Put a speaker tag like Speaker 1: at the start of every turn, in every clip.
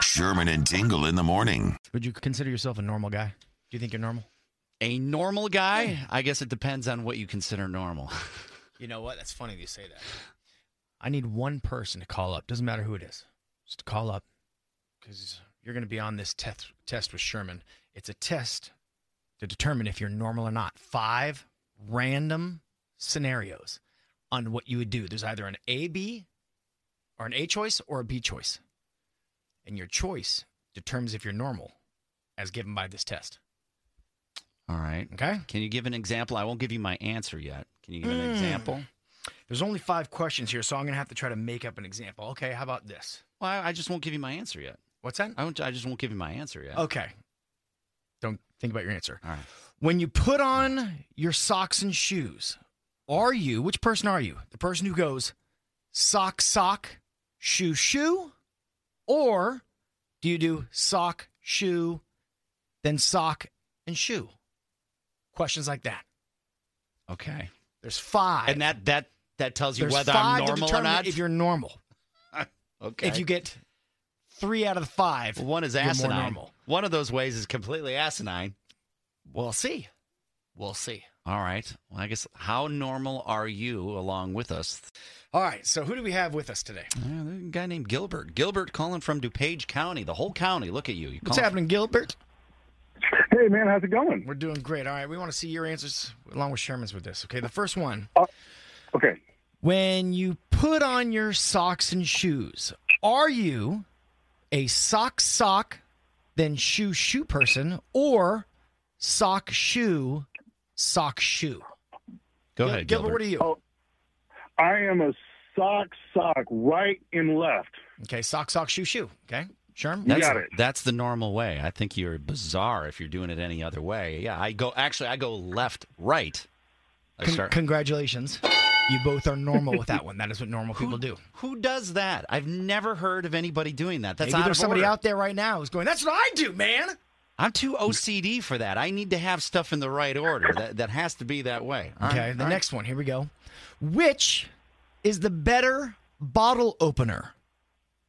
Speaker 1: Sherman and Tingle in the morning.
Speaker 2: Would you consider yourself a normal guy? Do you think you're normal?
Speaker 3: A normal guy? I guess it depends on what you consider normal.
Speaker 2: You know what? That's funny that you say that. I need one person to call up. Doesn't matter who it is. Just to call up because you're going to be on this test test with Sherman. It's a test to determine if you're normal or not. Five random scenarios on what you would do. There's either an A, B, or an A choice or a B choice. And your choice determines if you're normal as given by this test.
Speaker 3: All right.
Speaker 2: Okay?
Speaker 3: Can you give an example? I won't give you my answer yet. Can you give an
Speaker 2: Mm.
Speaker 3: example?
Speaker 2: There's only five questions here, so I'm going to have to try to make up an example. Okay, how about this?
Speaker 3: Well, I- I just won't give you my answer yet.
Speaker 2: What's that?
Speaker 3: I, won't, I just won't give you my answer yet.
Speaker 2: Okay. Don't think about your answer.
Speaker 3: All right.
Speaker 2: When you put on your socks and shoes, are you, which person are you? The person who goes sock, sock, shoe, shoe? Or do you do sock, shoe, then sock and shoe? Questions like that.
Speaker 3: Okay.
Speaker 2: There's five.
Speaker 3: And that that that tells you
Speaker 2: There's
Speaker 3: whether
Speaker 2: five to
Speaker 3: I'm normal or
Speaker 2: determine
Speaker 3: not.
Speaker 2: If you're normal.
Speaker 3: okay.
Speaker 2: If you get three out of the five,
Speaker 3: Well, one is
Speaker 2: you're more
Speaker 3: asinine.
Speaker 2: normal.
Speaker 3: One of those ways is completely asinine.
Speaker 2: We'll see. We'll see.
Speaker 3: All right. Well, I guess how normal are you along with us?
Speaker 2: All right. So who do we have with us today?
Speaker 3: Yeah, there's a guy named Gilbert. Gilbert calling from DuPage County, the whole county. Look at you. you
Speaker 2: What's
Speaker 3: calling-
Speaker 2: happening, Gilbert?
Speaker 4: Hey man, how's it going?
Speaker 2: We're doing great. All right. We want to see your answers along with Sherman's with this. Okay. The first one
Speaker 4: Okay.
Speaker 2: When you put on your socks and shoes, are you a sock, sock, then shoe, shoe person or sock, shoe, sock, shoe?
Speaker 3: Go
Speaker 2: Gil- Gilbert.
Speaker 3: ahead, Gilbert.
Speaker 2: What are you?
Speaker 4: Oh. I am a sock sock right and left.
Speaker 2: Okay. Sock, sock, shoe, shoe. Okay. Sherman?
Speaker 4: You
Speaker 3: That's,
Speaker 4: got it.
Speaker 3: That's the normal way. I think you're bizarre if you're doing it any other way. Yeah, I go. Actually, I go left, right. I
Speaker 2: Con-
Speaker 3: start.
Speaker 2: congratulations. You both are normal with that one. That is what normal people do.
Speaker 3: Who does that? I've never heard of anybody doing that. That's
Speaker 2: Maybe
Speaker 3: out
Speaker 2: there's
Speaker 3: of
Speaker 2: somebody
Speaker 3: order.
Speaker 2: out there right now who's going, that's what I do, man.
Speaker 3: I'm too OCD for that. I need to have stuff in the right order. That that has to be that way. Uh, All right,
Speaker 2: Okay, the
Speaker 3: all right.
Speaker 2: next one. Here we go. Which is the better bottle opener?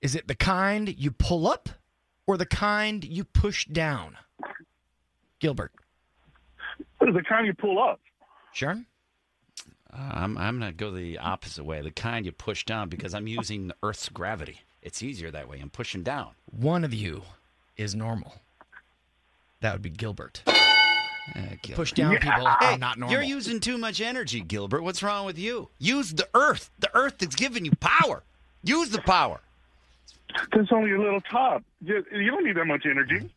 Speaker 2: Is it the kind you pull up or the kind you push down? Gilbert.
Speaker 4: The kind you pull up.
Speaker 2: Sharon?
Speaker 3: Uh, I'm I'm gonna go the opposite way. The kind you push down because I'm using the Earth's gravity. It's easier that way. I'm pushing down.
Speaker 2: One of you is normal. That would be Gilbert. Push down people
Speaker 3: Hey,
Speaker 2: are not normal.
Speaker 3: You're using too much energy, Gilbert. What's wrong with you? Use the earth. The earth is giving you power. Use the power.
Speaker 4: That's only a little top. You, you don't need that much energy.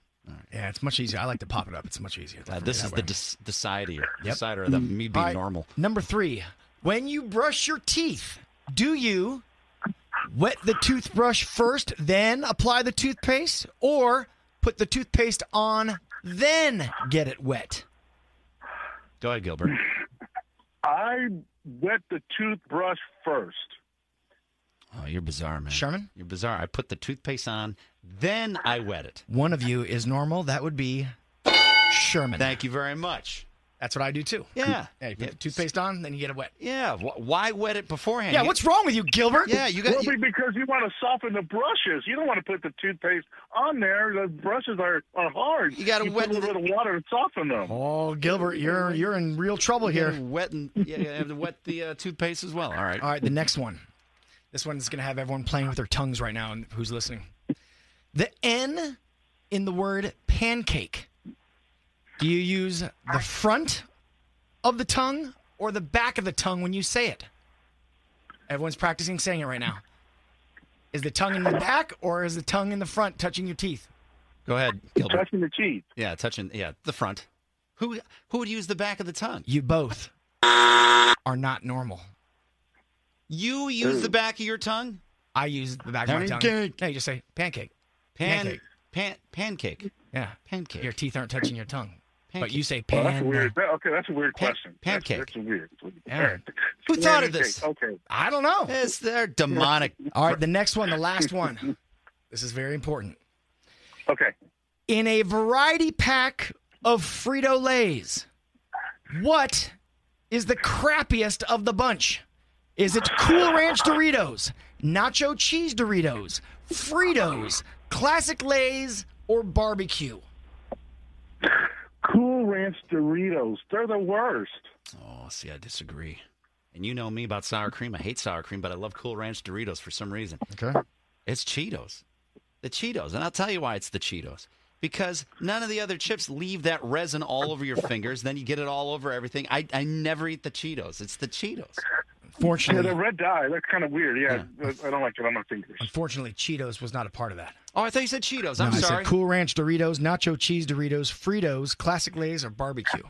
Speaker 2: yeah, it's much easier. I like to pop it up. It's much easier.
Speaker 3: Uh, this
Speaker 2: That
Speaker 3: is
Speaker 2: way.
Speaker 3: the des- decider.
Speaker 2: Yep.
Speaker 3: Decider of the me being
Speaker 2: All right,
Speaker 3: normal.
Speaker 2: Number three, when you brush your teeth, do you wet the toothbrush first, then apply the toothpaste, or put the toothpaste on, then get it wet?
Speaker 3: Go ahead, Gilbert.
Speaker 4: I wet the toothbrush first.
Speaker 3: Oh, you're bizarre, man.
Speaker 2: Sherman?
Speaker 3: You're bizarre. I put the toothpaste on, then I wet it.
Speaker 2: One of you is normal. That would be Sherman.
Speaker 3: Thank you very much.
Speaker 2: That's what I do too.
Speaker 3: Yeah.
Speaker 2: Yeah, you put
Speaker 3: yeah.
Speaker 2: the toothpaste on, then you get it wet.
Speaker 3: Yeah. wh- Why wet it beforehand?
Speaker 2: Yeah,
Speaker 3: You-
Speaker 2: what's wrong with you, Gilbert?
Speaker 3: Yeah, you
Speaker 4: Well,
Speaker 3: got. you-
Speaker 4: be- because you want to soften the brushes. You don't want to put the toothpaste on there. The brushes are, are hard.
Speaker 3: You gotta
Speaker 4: to put
Speaker 3: wet
Speaker 4: a little water to soften them.
Speaker 2: Oh, Gilbert, you're you're in real trouble
Speaker 3: you gotta
Speaker 2: here.
Speaker 3: Wet and yeah, you have to wet the uh, toothpaste as well. All right.
Speaker 2: All right, the next one. This one's going to have everyone playing with their tongues right now and who's listening. The N in the word pancake. Do you use the front of the tongue or the back of the tongue when you say it? Everyone's practicing saying it right now. Is the tongue in the back or is the tongue in the front touching your teeth?
Speaker 3: Go ahead, Gilbert.
Speaker 4: Touching the teeth.
Speaker 3: Yeah, touching. Yeah, the front. Who who would use the back of the tongue?
Speaker 2: You both are not normal.
Speaker 3: You use the back of your tongue?
Speaker 2: I use the back of my tongue.
Speaker 3: Pancake.
Speaker 2: No, you just say pancake.
Speaker 3: Pan-
Speaker 2: Pancake.
Speaker 3: Pan pancake.
Speaker 2: Yeah.
Speaker 3: Pancake.
Speaker 2: Your teeth aren't touching your tongue. But
Speaker 3: Pancake.
Speaker 2: you say pan.
Speaker 4: Well, that's a weird. That, okay, that's a weird
Speaker 3: uh, Pan-
Speaker 4: question. That's-
Speaker 3: pancake.
Speaker 4: That's, a weird. All
Speaker 2: Aaron,
Speaker 4: right.
Speaker 3: who
Speaker 4: It's a
Speaker 3: thought of
Speaker 4: weird
Speaker 3: this?
Speaker 4: cake. Okay.
Speaker 2: I don't know.
Speaker 3: Eh, It's their demonic.
Speaker 2: All right, the next one, the last one. This is very important.
Speaker 4: Okay.
Speaker 2: In a variety pack of Frito Lays, what is the crappiest of the bunch? Is it Cool Ranch Doritos, Nacho Cheese Doritos, Fritos, Classic Lays, or barbecue?
Speaker 4: Cool Ranch Doritos. They're the worst.
Speaker 3: Oh, see, I disagree. And you know me about sour cream. I hate sour cream, but I love Cool Ranch Doritos for some reason.
Speaker 2: Okay.
Speaker 3: It's Cheetos. The Cheetos. And I'll tell you why it's the Cheetos. Because none of the other chips leave that resin all over your fingers. Then you get it all over everything. I, I never eat the Cheetos. It's the Cheetos.
Speaker 4: Yeah, the
Speaker 2: Fortunately,
Speaker 4: red dye. That's kind of weird. Yeah, I I don't like it on my fingers.
Speaker 2: unfortunately, Cheetos was not a part of that.
Speaker 3: Oh, I thought you said Cheetos. I'm
Speaker 2: No, I said
Speaker 3: sorry.
Speaker 2: Cool Ranch Doritos, Nacho Cheese Doritos, Fritos, Classic Lays, or barbecue.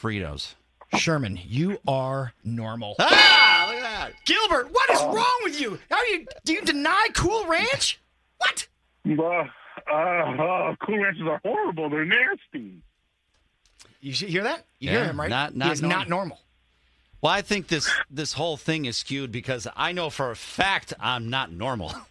Speaker 3: Fritos.
Speaker 2: Sherman, you are normal.
Speaker 3: Ah, look at that.
Speaker 2: Gilbert, what is wrong with you? How you do you deny Cool Ranch? What?
Speaker 4: Uh, uh, uh, cool Ranches are horrible. They're nasty.
Speaker 2: You should hear that? You
Speaker 3: Yeah,
Speaker 2: hear him, right?
Speaker 3: not-
Speaker 2: He
Speaker 3: not
Speaker 2: is
Speaker 3: normal.
Speaker 2: not normal.
Speaker 3: Well, I think this this whole thing is skewed because I know for a fact I'm not normal.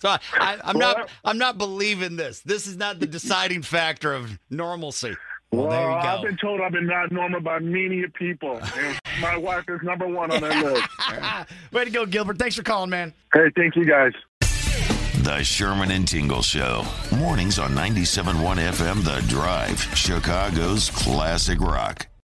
Speaker 3: So I, I, I'm not I'm not believing this. This is not the deciding factor of normalcy.
Speaker 2: Well, there you
Speaker 4: I've
Speaker 2: go.
Speaker 4: been told I've been not normal by many people. And my wife is number one on that list.
Speaker 2: Ah, Way to go, Gilbert. Thanks for calling, man.
Speaker 4: Hey, thank you guys.
Speaker 1: The Sherman and Tingle Show. Mornings on 97.1 FM The Drive, Chicago's classic rock.